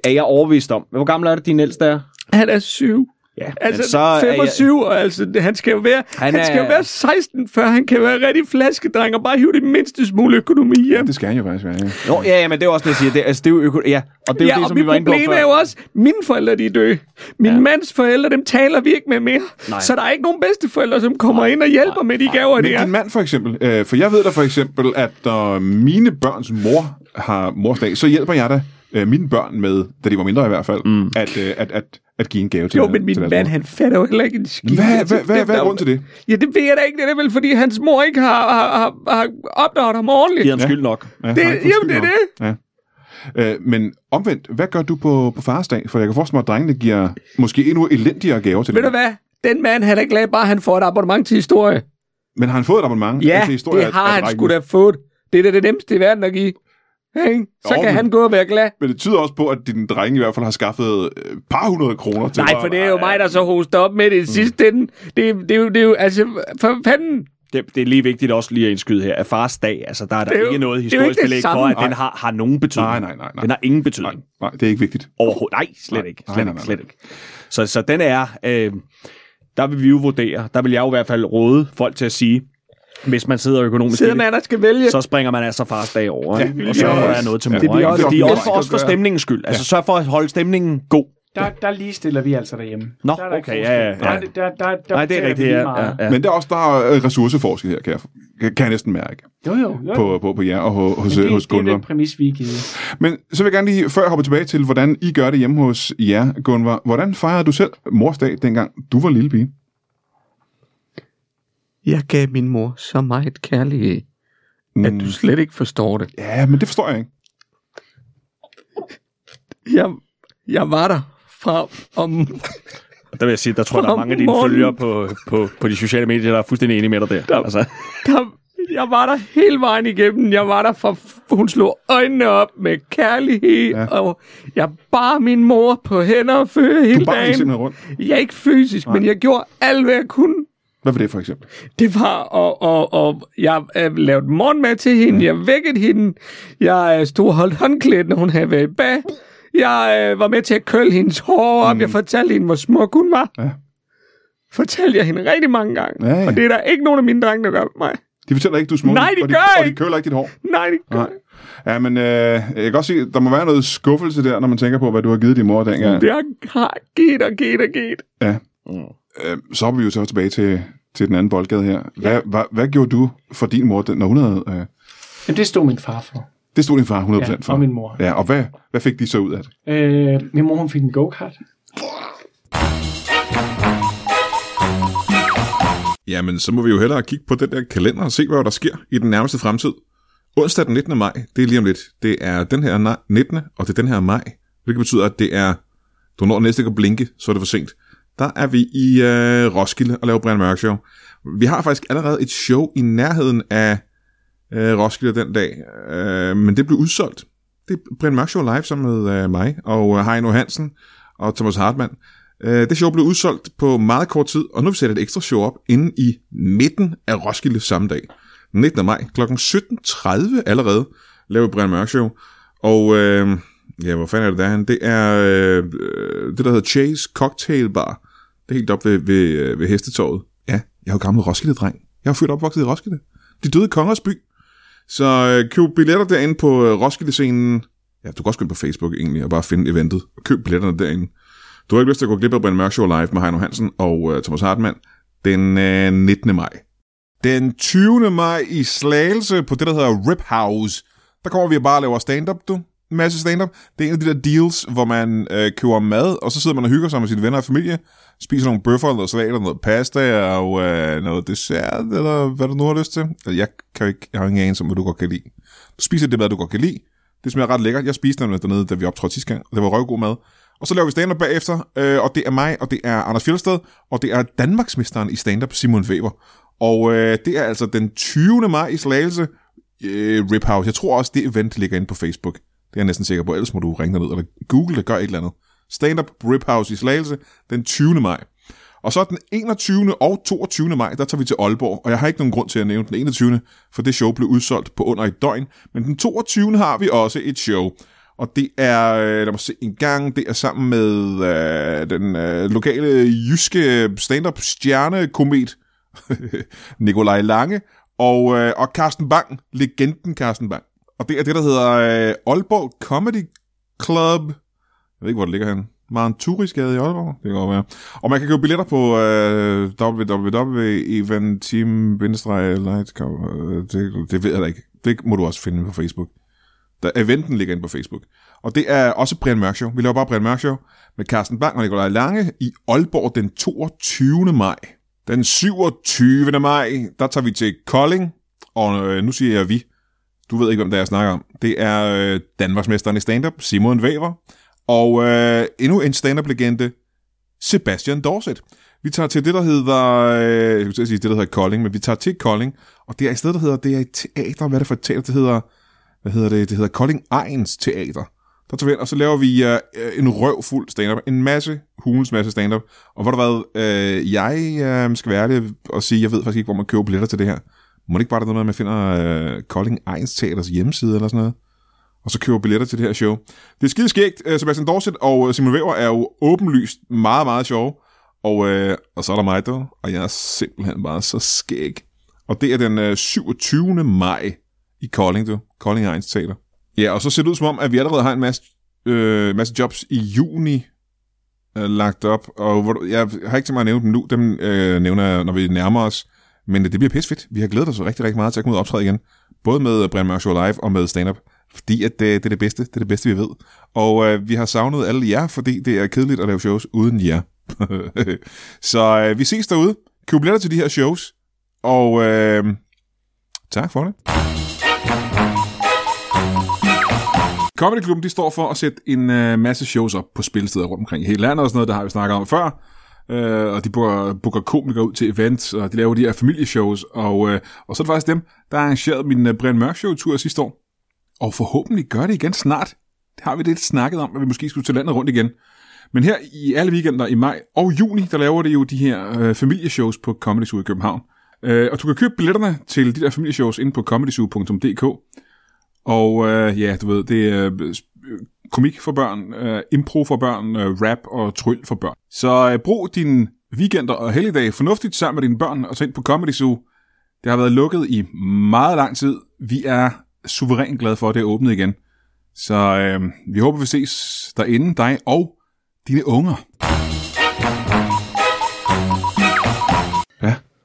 er jeg overbevist om. Hvor gammel er det, din ældste er?
Han er syv.
Ja,
Altså,
så er
så
jeg-
25, og altså, det- han skal jo være, han,
er-
han skal jo være 16, før han kan være rigtig flaskedreng og bare hive det mindste smule økonomi hjem.
Det skal han jo faktisk være, ja.
Nå, ja, ja, men det er jo også det, jeg siger. Det, er- altså, det er jo øko... Ja, og det er jo
ja,
det,
og
som
mit
vi var inde på
problem
før.
er jo også, mine forældre de er døde. Min ja. mands forældre, dem taler vi ikke med mere.
Nej.
Nej. Så der er ikke nogen bedsteforældre, som kommer ind og hjælper med de gaver
Men
der.
din mand for eksempel, øh, for jeg ved da for eksempel, at når mine børns mor har morsdag, så hjælper jeg da øh, mine børn med, da de var mindre i hvert fald, mm. at, øh, at, at, at give en gave til
Jo,
øh,
men
til
min
deres
mand,
mor.
han fatter jo heller ikke en skid.
Hvad,
Altså,
hvad, hvad,
det-
hvad er grunden til det?
Ja, det ved jeg da ikke. Det er vel, fordi hans mor ikke har, har, har, har opdraget ham ordentligt.
Giver ham skyld nok.
Ja,
Det,
nej,
jamen, det er det.
det. Øh, men omvendt, hvad gør du på, på fars dag? For jeg kan forestille mig, at drengene giver måske endnu elendigere gaver til
Ved du
dem.
hvad? Den mand, han er glad bare, han får et abonnement til historie.
Men har han fået et abonnement?
Ja,
Altså, historie
det
er- er
har han
drengene.
sgu da fået. Det er da det nemmeste i verden at give. Ikke? Så
Jo,
kan
men-
han gå og være glad.
Men det tyder også på, at din dreng i hvert fald har skaffet øh, et par hundrede kroner til
Nej,
dig.
for det er jo mig, der så hoster op med det i sidste ende. Det, det, er jo, det er jo, altså, for fanden.
Det, det er lige vigtigt også lige at indskyde her, at fars dag, altså der er der
Det er jo-
ikke noget
det er jo ikke
historisk
det
belæg for,
samme.
at den har, har nogen betydning.
Nej, nej, nej, nej.
Den har ingen betydning.
Nej, nej, det er ikke vigtigt.
Overhovedet. Nej, slet
Nej.
ikke.
Nej,
Slet
nej,
ikke,
nej,
slet ikke. Så, så den er... Øh, der vil vi jo vurdere. Der vil jeg jo i hvert fald råde folk til at sige, hvis man sidder økonomisk i
Sidder
det,
man der skal vælge.
så springer man altså fars dag over.
Ja,
Ja,
det
og sørger for,
bliver
at der er
også-
noget til
ja,
mor.
det bliver
ikke?
også
Fordi
oplyst
også,
at
også for
gøre.
stemningens skyld. Altså sørg for at holde stemningen god.
Der, der ligestiller vi altså derhjemme.
Nå,
der er der ikke
okay,
forskel.
ja, ja, ja.
Der, er det- der, der, der
Nej, det er
betaler
rigtigt.
vi lige
Ja,
meget.
ja, ja.
Men der er også der er øh, ressourceforskning her, kan jeg, kan jeg næsten mærke.
Jo, jo, jo.
på, på, på jer og ho- hos,
det,
hos
det er
Gunvar.
den præmis, vi er givet.
Men så vil jeg gerne lige, før jeg hopper tilbage til, hvordan I gør det hjemme hos jer, Gunvar. Hvordan fejrede du selv morsdag, dengang du var lille pige?
Jeg gav min mor så meget kærlighed, at du slet ikke forstår det.
Mm. Ja, men det forstår jeg ikke.
Jeg, jeg var der fra om...
Og der vil jeg sige, der tror jeg, der er mange af dine
Morgen.
følgere på, på, på de sociale medier, der er fuldstændig enige med dig der.
Der-
Altså,
Der, jeg var der hele vejen igennem. Jeg var der fra... Hun slog øjnene op med kærlighed,
Ja.
ja. og jeg bar min mor på hænder og fødder
Du
hele
bare ikke
dagen.
simpelthen rundt.
Jeg er ikke fysisk, men jeg gjorde alt, hvad jeg kunne.
Hvad var det for eksempel?
Det var, og, og, og jeg øh, lavede morgenmad til
Mm.
hende, jeg vækkede hende, jeg øh, stod og holdt håndklædet, når hun havde været i bag. Jeg øh, var med til at kølle hendes hår op, jeg fortalte hende, hvor smuk hun var.
Mm. Ja.
Fortalte jeg hende rigtig mange gange,
Ja, ja.
og det er der ikke nogen af mine drenge, der gør med mig.
De fortæller ikke, du er smuk.
Nej, de
og de,
gør
Og de
ikke.
køler ikke dit hår.
Nej, det gør
Nej. Ja, men øh, jeg kan godt se, der må være noget skuffelse der, når man tænker på, hvad du har givet din mor dengang.
det har, har givet og givet og givet.
Ja.
Mm.
Øh, så hopper vi jo så tilbage til, til den anden boldgade her. Hvad, hvad, hvad gjorde du for din mor, den- når hun havde... Øh,
Jamen, det stod min far for.
det stod din far 100%
Ja,
for.
og min mor.
Ja, og hvad, hvad fik de så ud af det?
Øh, min mor, hun fik en go-kart.
Jamen, så må vi jo hellere kigge på den der kalender og se, hvad der sker i den nærmeste fremtid. Onsdag den 19. maj, det er lige om lidt. Det er den her nej- 19. og det er den her maj, hvilket betyder, at det er... Du når næste ikke at blinke, så er det for sent. Der er vi i øh, Roskilde og laver Brian Mørk Show. Vi har faktisk allerede et show i nærheden af øh, Roskilde den dag, øh, men det blev udsolgt. Det er Brian Mørk Show live sammen med øh, mig og øh, Heino Hansen og Thomas Hartmann. Øh, det show blev udsolgt på meget kort tid, og nu vil vi sætte et ekstra show op inde i midten af Roskilde samme dag. 19. maj kl. 17.30 allerede laver Brian Mørk Show. Og øh, ja, hvor fanden er det der? er henne? Det er øh, øh, det, der hedder Chase Cocktail Bar. Det er helt op ved, ved, øh, ved hestetorvet. Ja, jeg er jo gammel Roskilde-dreng. Jeg er født og opvokset i Roskilde. De døde i Kongers by. Så øh, køb billetter derinde på øh, Roskilde-scenen. Ja, du kan også gå ind på Facebook egentlig og bare finde eventet. Køb billetterne derinde. Du har ikke lyst til at gå glip af Brian Mørk Show live med Heino Hansen og øh, Thomas Hartmann den øh, 19. maj. Den 20. maj i Slagelse på det, der hedder Rip House. Der kommer vi og bare laver stand-up, du. En masse stand-up. Det er en af de der deals, hvor man øh, køber mad, og så sidder man og hygger sig med sine venner og familie, spiser nogle bøffer, noget salat, noget pasta og øh, noget dessert, eller hvad du nu har lyst til. Eller Jeg, kan jo ikke, jeg har ingen anelse om, hvad du godt kan lide. Du spiser det mad, du godt kan lide. Det smager ret lækkert. Jeg spiste nemlig dernede, da vi optrådte sidste gang, og det var røvgod mad. Og så laver vi stand-up bagefter, øh, og det er mig, og det er Anders Fjeldsted, og det er Danmarksmesteren i stand-up, Simon Weber. Og øh, det er altså den 20. maj i Slagelse, øh, Rip House. Jeg tror også, det event ligger inde på Facebook. Det er jeg næsten sikker på, ellers må du ringe derned, eller google det, gør et eller andet. Stand-up Rip House i Slagelse, den 20. maj. Og så den 21. og 22. maj, der tager vi til Aalborg, og jeg har ikke nogen grund til at nævne den 21., for det show blev udsolgt på under et døgn, men den 22. har vi også et show. Og det er, øh, lad mig se en gang, det er sammen med øh, den øh, lokale jyske stand-up stjernekomet, Nikolaj Lange, og, øh, og Carsten Bang, legenden Carsten Bang. Og det er det, der hedder øh, Aalborg Comedy Club. Jeg ved ikke, hvor det ligger henne. Maranturigade i Aalborg, det kan godt være. Og man kan købe billetter på øh, E www.eventim-lightcover. Øh, Det, det ved jeg da ikke. Det må du også finde på Facebook. Der, eventen ligger inde på Facebook. Og det er også Brian Mørk Show. Vi laver bare Brian Mørk Show med Carsten Bang og Nikolaj Lange i Aalborg den 22. maj. Den 27. maj, der tager vi til Kolding. Og øh, nu siger jeg vi. Du ved ikke, hvem det er, jeg snakker om. Det er øh, Danmarksmesteren i stand-up, Simon Væver. Og øh, endnu en stand-up-legende, Sebastian Dorset. Vi tager til det, der hedder... Øh, jeg skulle til at sige, det, der hedder Kolding, men vi tager til Kolding. Og det er i stedet, der hedder... Det er et teater. Hvad er det for et teater? Det hedder hvad hedder det, det hedder Kolding Ejens Teater. Der tager vi ind, og så laver vi øh, en røvfuld stand-up. En masse, hulens masse stand-up. Og hvor der været, øh, jeg øh, skal være ærlig og sige, jeg ved faktisk ikke, hvor man køber billetter til det her. Må det ikke bare være noget med, at man finder øh, Kolding Ejens Teaters hjemmeside eller sådan noget? Og så køber billetter til det her show. Det er skide skægt. Øh, Sebastian Dorset og Simon Weber er jo åbenlyst meget, meget sjove. Og, øh, og så er der mig, der, og jeg er simpelthen bare så skæg. Og det er den øh, 27. maj i Kolding, du. Kolding Ejens Teater. Ja, og så ser det ud som om, at vi allerede har en masse, øh, masse jobs i juni øh, lagt op. Og hvor, du- jeg har ikke til mig at nævne dem nu. Dem øh, nævner jeg, når vi nærmer os. Men det bliver pissefedt. Vi har glædet os rigtig, rigtig meget til at komme ud og optræde igen. Både med Brian Mørk Show Live og med stand-up. Fordi at det, det er det bedste. Det er det bedste, vi ved. Og øh, vi har savnet alle jer, fordi det er kedeligt at lave shows uden jer. så øh, vi ses derude. Køb billetter til de her shows. Og øh, tak for det. Comedy Klubben, de står for at sætte en øh, masse shows op på spillesteder rundt omkring i hele landet og sådan noget, det har vi snakket om før. Øh, og de booker, booker komikere ud til events, og de laver de her familieshows. Og, øh, og så er det faktisk dem, der arrangerede min øh, Brian Mørk Show-tur sidste år. Og forhåbentlig gør det igen snart. Det har vi lidt snakket om, at vi måske skulle til landet rundt igen. Men her i alle weekender i maj og juni, der laver det jo de her øh, familieshows på Comedy Zoo i København. Øh, og du kan købe billetterne til de der familieshows inde på comedyzoo.dk. Og øh, ja, du ved, det er øh, komik for børn, øh, impro for børn, øh, rap og tryl for børn. Så øh, brug dine weekender og helligdage fornuftigt sammen med dine børn og tag ind på Comedy Zoo. Det har været lukket i meget lang tid. Vi er suverænt glade for, at det er åbnet igen. Så øh, vi håber, vi ses derinde, dig og dine unger.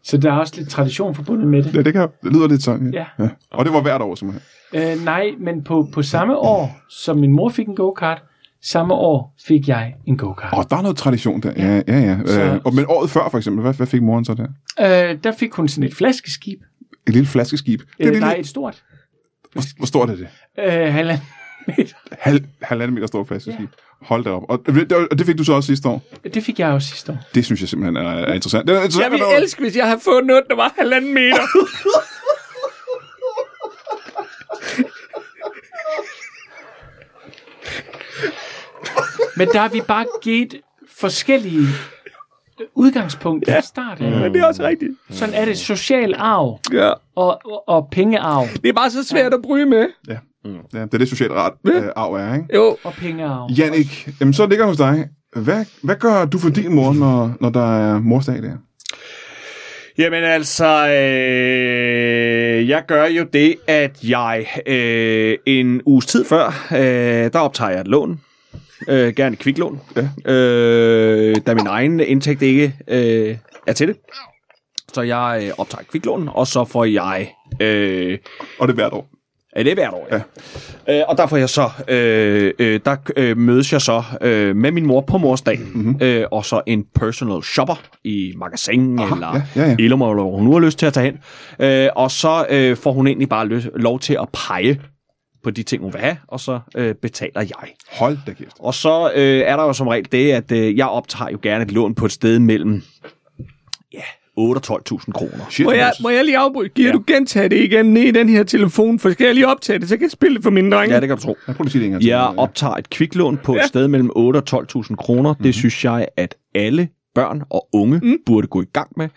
Så der er også lidt tradition forbundet med det.
Ja, det, kan, det lyder lidt sådan.
Ja.
ja. Og det var hvert år, simpelthen.
Øh, nej, men på, på samme år, som min mor fik en go-kart, Samme år fik jeg en go-kart.
Og der er noget tradition der. Ja, ja, ja.
Så-
Øh, og, men året før, for eksempel, hvad, hvad fik moren så der?
Øh, der fik hun sådan et flaskeskib.
Et lille flaskeskib. Det er
Øh,
lille,
nej, et stort.
hvor, hvor stort er det?
Øh, halvanden meter.
Hal, halvanden meter stort flaskeskib. Hold da op. Og, og det fik du så også sidste år.
Det fik jeg også sidste år.
Det synes jeg simpelthen er, er interessant. Det er interessant
Jeg ville
at der-
elske, hvis jeg havde fået noget, der var halvanden meter.
Men der har vi bare givet forskellige udgangspunkter ja. start af.
Mm.
Men det er også rigtigt.
Sådan er det social arv
Ja.
og, og, og pengearv
Det er bare så svært at bryde med.
Ja, det er det socialt ret øh, arv er, ikke?
Jo.
og pengearv.
Jannik, jamen, så ligger jeg hos dig. Hvad, hvad gør du for din mor, når, når der er morsdag der?
Jamen altså, øh, jeg gør jo det, at jeg øh, en uges tid før, øh, der optager jeg et lån. Øh, gerne et kviklån. Ja. Øh, da min egen indtægt ikke øh, er til det. Så jeg øh, optager et kviklån, og så får jeg... Øh,
Og det er hvert år.
Ja, det er hvert år, ja. ja. Øh, og der får jeg så, øh, øh, der øh, mødes jeg så øh, med min mor på morsdag, mm-hmm. øh, og så en personal shopper i magasin, Aha, eller
ja, ja, ja.
Elum, eller hvor hun nu har lyst til at tage hen. Øh, og så øh, får hun egentlig bare løs, lov til at pege på de ting, hun vil have, og så øh, betaler jeg.
Hold da kæft.
Og så øh, er der jo som regel det, at øh, jeg optager jo gerne et lån på et sted mellem ja, 8 og 12.000 kroner.
Shit,
Må jeg,
altså.
må jeg lige afbryde? Giver ja. du gentage det igen ned i den her telefon? For skal jeg lige optage det, så kan jeg spille det for mine drenge.
Ja, det kan du tro.
Jeg prøver at sige det en gang til.
Jeg optager et kviklån på et sted mellem 8 og 12.000 kroner.
Mhm.
Det synes jeg, at alle børn og unge mm. burde gå i gang med,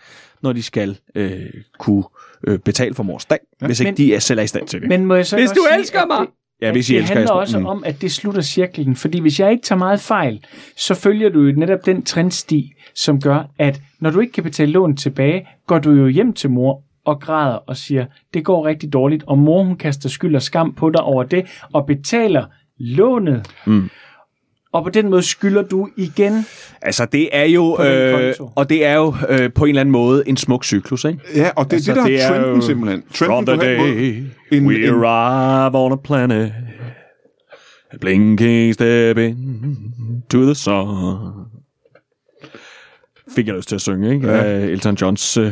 når de skal øh, kunne øh, betale for mors dag, ja. hvis ikke
Men-
men, de er selv er i stand til det.
Men må jeg så
Hvis
ikke også
du
sige,
elsker
at
mig.
Det,
ja,
at
hvis I
det
elsker
handler
Jesper.
også mm. om, at det slutter cirklen. Fordi hvis jeg ikke tager meget fejl, så følger du jo netop den trendsti, som gør, at når du ikke kan betale lån tilbage, går du jo hjem til mor og græder og siger, det går rigtig dårligt, og mor hun kaster skyld og skam på dig over det, og betaler lånet. Mm. Og på den måde skylder du igen.
Altså, det er jo,
På den
øh,
konto.
og det er jo øh, på en eller anden måde en smuk cyklus, ikke?
Ja, og det er altså,
Altså,
det, der
det
er
er
trenden
jo-
simpelthen.
From
Trenden
the
på den måde.
day
En-
we
en-
arrive on a planet, a blinking step in to the sun. Fik jeg lyst til at synge, ikke? Ja. Elton Johns uh,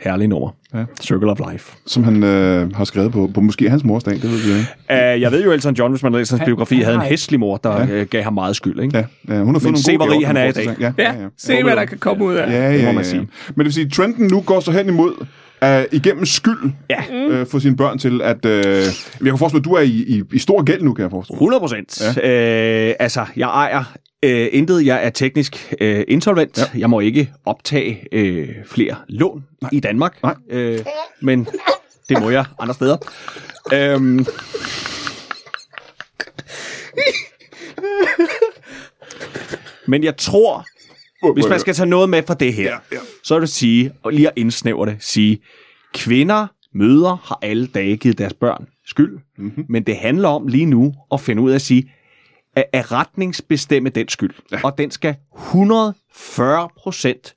herlige nummer. Ja. Circle of Life.
Som han øh, har skrevet på, på måske hans morsdag, det ved vi ikke.
Uh, jeg ved jo, Elton John, hvis man læser hans
Han-
biografi,
han
havde en
har-
hæslig mor, der ja. gav ham meget skyld, ikke?
Ja, ja hun har fået
Men
nogle
se,
gode
hvor
gaver
rig han
på
er i
morsdag.
dag.
Ja,
Ja,
ja, ja.
se hvad der kan komme ud af.
Ja, ja,
må
ja,
man
ja.
sige.
Men det vil sige, trenden nu går så hen imod at igennem skyld
Ja.
øh, få sine børn til at... Øh, jeg kan forestille mig, at du er i, i, i stor gæld nu, kan jeg forestille mig.
100 procent. Ja. Øh, altså, jeg ejer øh, intet. Jeg er teknisk øh, insolvent. Ja. Jeg må ikke optage øh, flere lån Nej. i Danmark.
Nej.
Øh, men det må jeg andre steder. Øhm, men jeg tror, hvis man skal tage noget med fra det her, ja, ja. så vil det sige, og lige at indsnævre det, sige, kvinder, møder har alle dage givet deres børn skyld, mm-hmm. men det handler om lige nu at finde ud af at sige, at, at retningsbestemme den skyld, ja. og den skal 140 procent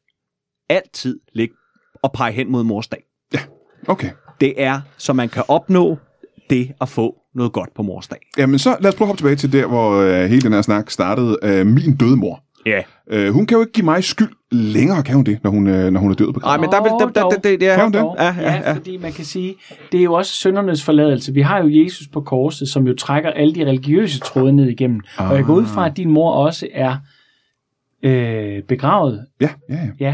altid ligge og pege hen mod mors dag.
Okay.
Det er, så man kan opnå det at få noget godt på mors dag.
Jamen så lad os prøve at hoppe tilbage til der, hvor øh, hele den her snak startede. Øh, min døde mor.
Ja.
Øh, hun kan jo ikke give mig skyld længere, kan hun det, når hun, øh, når hun er død på
Nej,
graven?
men der vil... Der, der, der, der, der,
Kan hun det?
Dog. Ja, ja, ja, fordi man kan sige, det er jo også søndernes forladelse. Vi har jo Jesus på korset, som jo trækker alle de religiøse tråde ned igennem. Ah. Og jeg går ud fra, at din mor også er øh, begravet,
Ja, ja, ja.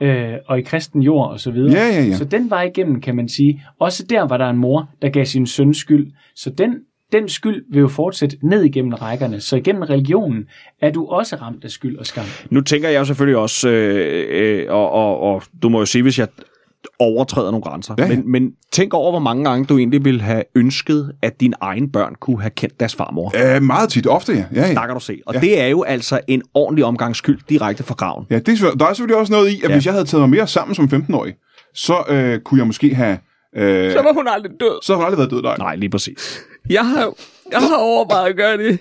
ja, øh, og i kristen jord og så videre.
Ja, ja, ja.
Så den vej igennem, kan man sige. Også der var der en mor, der gav sin søn skyld. Så den, den skyld vil jo fortsætte ned igennem rækkerne. Så igennem religionen er du også ramt af skyld og skam.
Nu tænker jeg jo selvfølgelig også, øh, øh, og, og, og du må jo sige, hvis jeg overtræder nogle grænser,
Ja,
ja,
ja.
ja. Men, men tænk over, hvor mange gange du egentlig ville have ønsket, at dine egne børn kunne have kendt deres farmor. Ja.
Øh, meget tit, ofte ja. Ja, ja.
Der kan du se. Og ja. det er jo altså en ordentlig omgang skyld direkte fra graven.
ja det er, selvfølgelig- der er selvfølgelig også noget i, at ja.
Ja.
hvis jeg havde taget mig mere sammen som 15-årig, så øh, kunne jeg måske have... Øh,
Så var hun aldrig død.
så har hun aldrig været død, nej.
Nej, lige præcis.
Jeg har, jeg har overvejet at gøre det.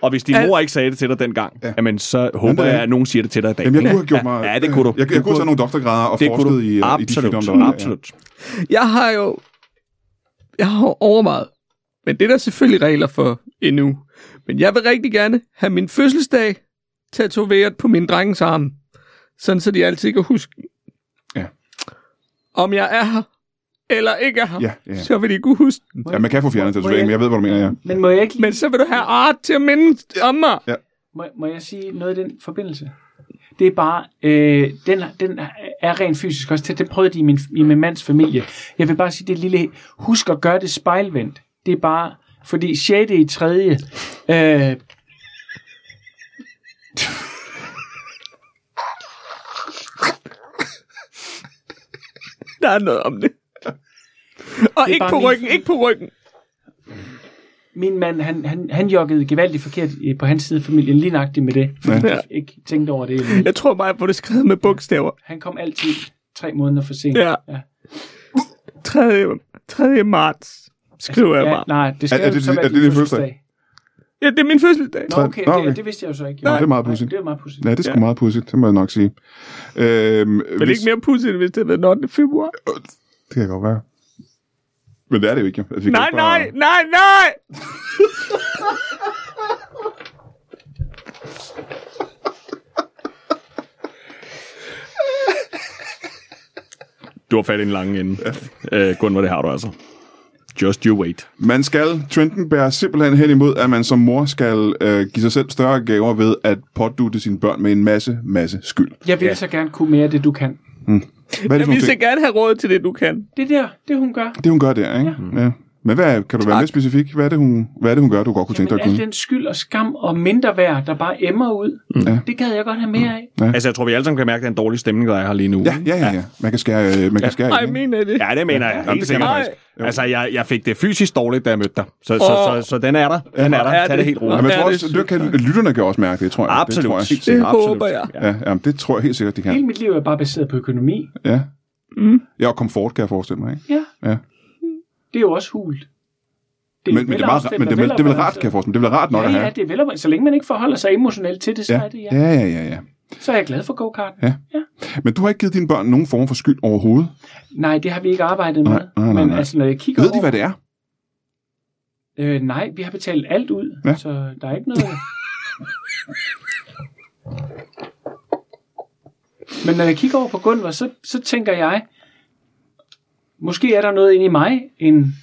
Og hvis din
Al-
mor ikke sagde det til dig dengang, ja. jamen, så håber
det er-
jeg, at nogen siger det til dig i dag.
øh, Jamen, jeg kunne
ikke?
have gjort mig...
Ja, det kunne du.
Jeg, jeg,
Det
jeg kunne
kunne-
have taget nogle doktorgrader og
det
forsket
kunne du
i, øh, i de
absolut,
sygdomme, der var. ja.
absolut.
Jeg har jo... Jeg har overvejet. Men det er der selvfølgelig regler for endnu. Men jeg vil rigtig gerne have min fødselsdag tatoveret på min drengens arm. Sådan, så de altid kan huske,
Ja.
om jeg er her eller ikke er her.
Ja, ja.
Så vil de kunne huske den.
Ja, man kan få fjernet tatoveringen, men jeg ved, hvad du mener, ja.
Men må jeg ikke
Men så vil du have art til at minde om mig.
Må, må jeg sige noget i den forbindelse? Det er bare, øh, den, den er rent fysisk også tæt. Det prøvede de i min, i min mands familie. Jeg vil bare sige, det er et lille, husk at gøre det spejlvendt. Det er bare, fordi 6. i 3. Øh,
Der er noget om det. Og ikke
bare
på
min-
ryggen, ikke på ryggen.
min mand, han, han, han joggede gevaldigt forkert øh, på hans side af familien, lige nøjagtigt med det. Fordi
Ja.
ja. ikke tænkte over det.
Jeg tror bare, jeg får det skrevet med bogstaver.
Han kom altid tre måneder for sent.
Ja.
ja.
3. 3. marts skriver jeg
Altså, ja
bare.
nej, det skal
Er- er
jo
det-
så være
er det
din
din fødselsdag?
Ja, det er min fødselsdag.
Nå, okay,
Nå, okay.
Det, det vidste jeg jo så ikke.
Nå, det er meget
Nej,
pudsigt.
Det er meget pudsigt.
Ja, det er sgu ja. meget pudsigt, det må jeg nok sige. Øhm,
Men
hvis-
ikke mere pudsigt, hvis det havde været den 8. februar.
Det kan godt være. Men det er det jo ikke. jo. Altså, vi kan
Nej,
ikke bare-
nej, nej, nej!
Du har fat i en lang ende. Øh, Gunvor, det har du altså. Just you wait.
Man skal, Trenden bærer simpelthen hen imod, at man som mor skal øh, give sig selv større gaver ved at pådute sine børn med en masse, masse skyld.
Jeg vil ja. så gerne kunne mere af det, du kan.
Hvad er det
Jeg
for nogle
vil så
ting?
gerne have råd til det, du kan.
Det der, det hun gør.
Det hun gør der, ikke? Ja. ja. Men hvad, er- kan du være mere specifik? Hvad er, det, hun, hvad er det, hun gør, du godt kunne tænke dig
Men
at kunne?
al den skyld og skam og mindre værd, der bare emmer ud, mm. det gad jeg godt have mere
Mm.
af.
Altså, jeg tror, vi alle sammen kan mærke den dårlige stemning, der er her lige nu.
Ja, ja, ja, ja. Man kan skære, øh, man kan skære
Ej,
ind, ikke?
mener jeg det?
altså- Ja, det mener jeg.
Jamen, det
Helt
kan
sikkert
man
faktisk. Altså, jeg, jeg fik det fysisk dårligt, da jeg mødte dig. Så, så,
Åh.
så, så, den er der. Den er
er
der. Tag
det.
det helt
Ja, men
roligt.
jeg tror
Ja, det
også, det kan, lytterne kan også mærke det, tror jeg. Det
Absolut.
tror jeg helt
Det
sikkert.
håber
Absolut.
jeg.
Ja, ja, men det tror jeg helt sikkert, de
Hele
kan.
mit liv er bare baseret på økonomi.
Ja.
Mm.
Ja, og komfort, kan jeg forestille mig, ikke?
Ja,
Ja.
det er jo også hult.
Men,
Det
men, det, er meget, men det, men, det er vel rart, kan jeg forestille mig. Det er vel rart nok
Ja,
at have.
ja, det er veloprettet. Så længe man ikke forholder sig emotionelt til det, så ja. er det ja.
ja, ja, ja, ja.
Så er jeg glad for go-kart.
Ja. Men du har ikke givet dine børn nogen form for skyld overhovedet.
Nej, det har vi ikke arbejdet
Nej,
med.
nej, nej,
Men
nej.
altså, når jeg kigger
Ved de,
over-
hvad det er?
Øh, nej, vi har betalt alt ud,
Ja.
ja. så der er ikke noget... Men når jeg kigger over på Gunvor, så, så tænker jeg, måske er der noget inde i mig, en,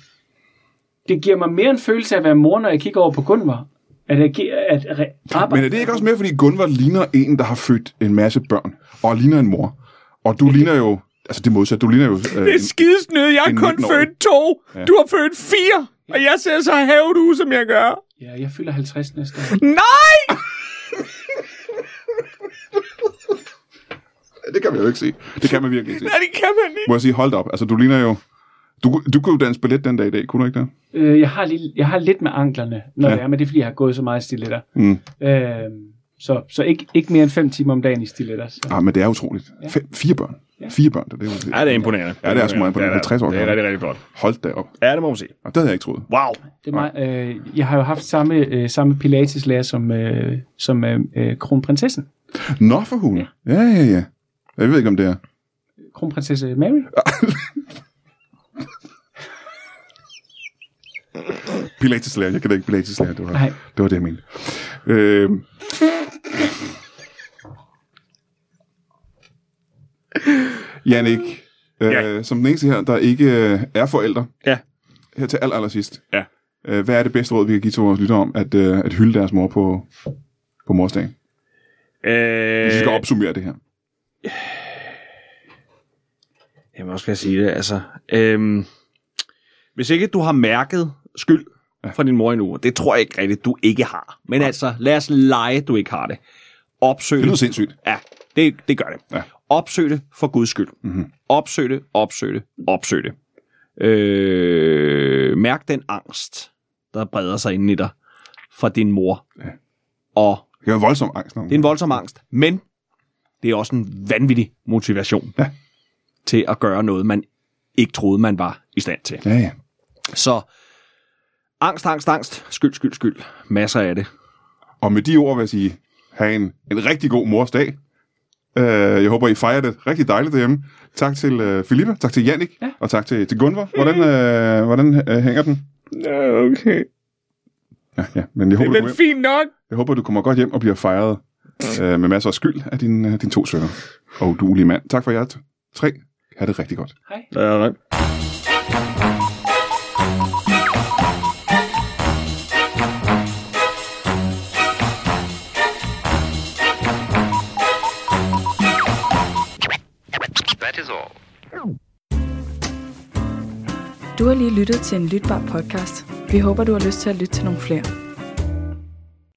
det giver mig mere en følelse af at være mor, når jeg kigger over på Gunvor, at, jeg, gi- at re- arbejde.
Men er det ikke også mere, fordi Gunvar ligner en, der har født en masse børn, og ligner en mor? Og du ligner jo, altså det modsatte, du ligner jo... Øh,
Det er skidesnød. Jeg
en
har kun
19-årig.
født to. Du har født fire. Og jeg ser så havet ud, som jeg gør.
Ja, jeg fylder 50 næste år.
Nej!
det kan man jo ikke se. Det kan man virkelig ikke se.
Nej, det kan man ikke.
Må jeg sige, hold da op, altså du ligner jo... Du, du kunne jo danse ballet den dag i dag, kunne du ikke det?
Øh, jeg, har lige, jeg har lidt med anklerne, når
Ja.
ja. det er, men det er, fordi jeg har gået så meget i stiletter.
Mm.
Øh, så så ikke, ikke mere end 5 timer om dagen i stiletter. Så.
Ah, men det er utroligt. Fem, fire børn. Fire børn, det er jo det.
Ja, det er imponerende.
Ja, det er sgu meget imponerende. 50 år
Det er
gammel.
rigtig, rigtig godt.
Hold da op.
Ja, det må man sige.
Og det havde jeg ikke troet.
Wow.
Det er mig. Øh, jeg har jo haft samme, øh, samme pilateslærer som, øh, som øh, øh, kronprinsessen.
Nå for hun. Ja, ja, ja. Jeg ved ikke, om det er.
Kronprinsesse Mary.
Pilateslærer. Jeg kan da ikke pilateslærer. Det var,
Nej.
det, var det, jeg mente. Øh, Jannik, øh,
Ja.
som den eneste her, der ikke øh, er forældre,
Ja.
her til aller, aller sidst.
Ja.
Øh, hvad er det bedste råd, vi kan give til vores lyttere om, at, øh, at hylde deres mor på, på morsdagen?
Øh,
Hvis vi skal opsummere det her.
Jamen, også skal jeg sige det, altså. Øhm, hvis ikke du har mærket skyld fra din mor endnu, og det tror jeg ikke rigtigt, du ikke har. Men altså, lad os lege, du ikke har det. Opsøg
Det lyder sindssygt.
Ja, det, det gør det.
Ja.
Ja. Opsøg det for guds skyld. Mm-hmm. Opsøg det, opsøg det, opsøg det. Øh, mærk den angst, der breder sig inden i dig fra din mor. Ja. Og
Det er voldsom angst. Når
det er en voldsom angst, men det er også en vanvittig motivation
Ja.
til at gøre noget, man ikke troede, man var i stand til.
Ja, ja.
Så angst, angst, angst. Skyld, skyld, skyld. Masser af det.
Og med de ord vil jeg sige, have en, en rigtig god morsdag. Øh, jeg håber, I fejrer det rigtig dejligt derhjemme. Tak til øh, Philippe, tak til Jannik, ja. og tak til, til Gunvor. Hvordan, øh, hvordan øh, hænger den?
Nå, okay.
Ja, ja. Men jeg håber, du kommer
Men
hjem.
fint nok!
jeg håber, du kommer godt hjem og bliver fejret øh, med masser af skyld af din, øh, din to sønner. Og duelige mand. Tak for jer t- tre. Ha' det rigtig godt.
Hej.
Ja, nej.
That is all.
Du har lige lyttet til en lytbar podcast. Vi håber, du har lyst til at lytte til nogle flere.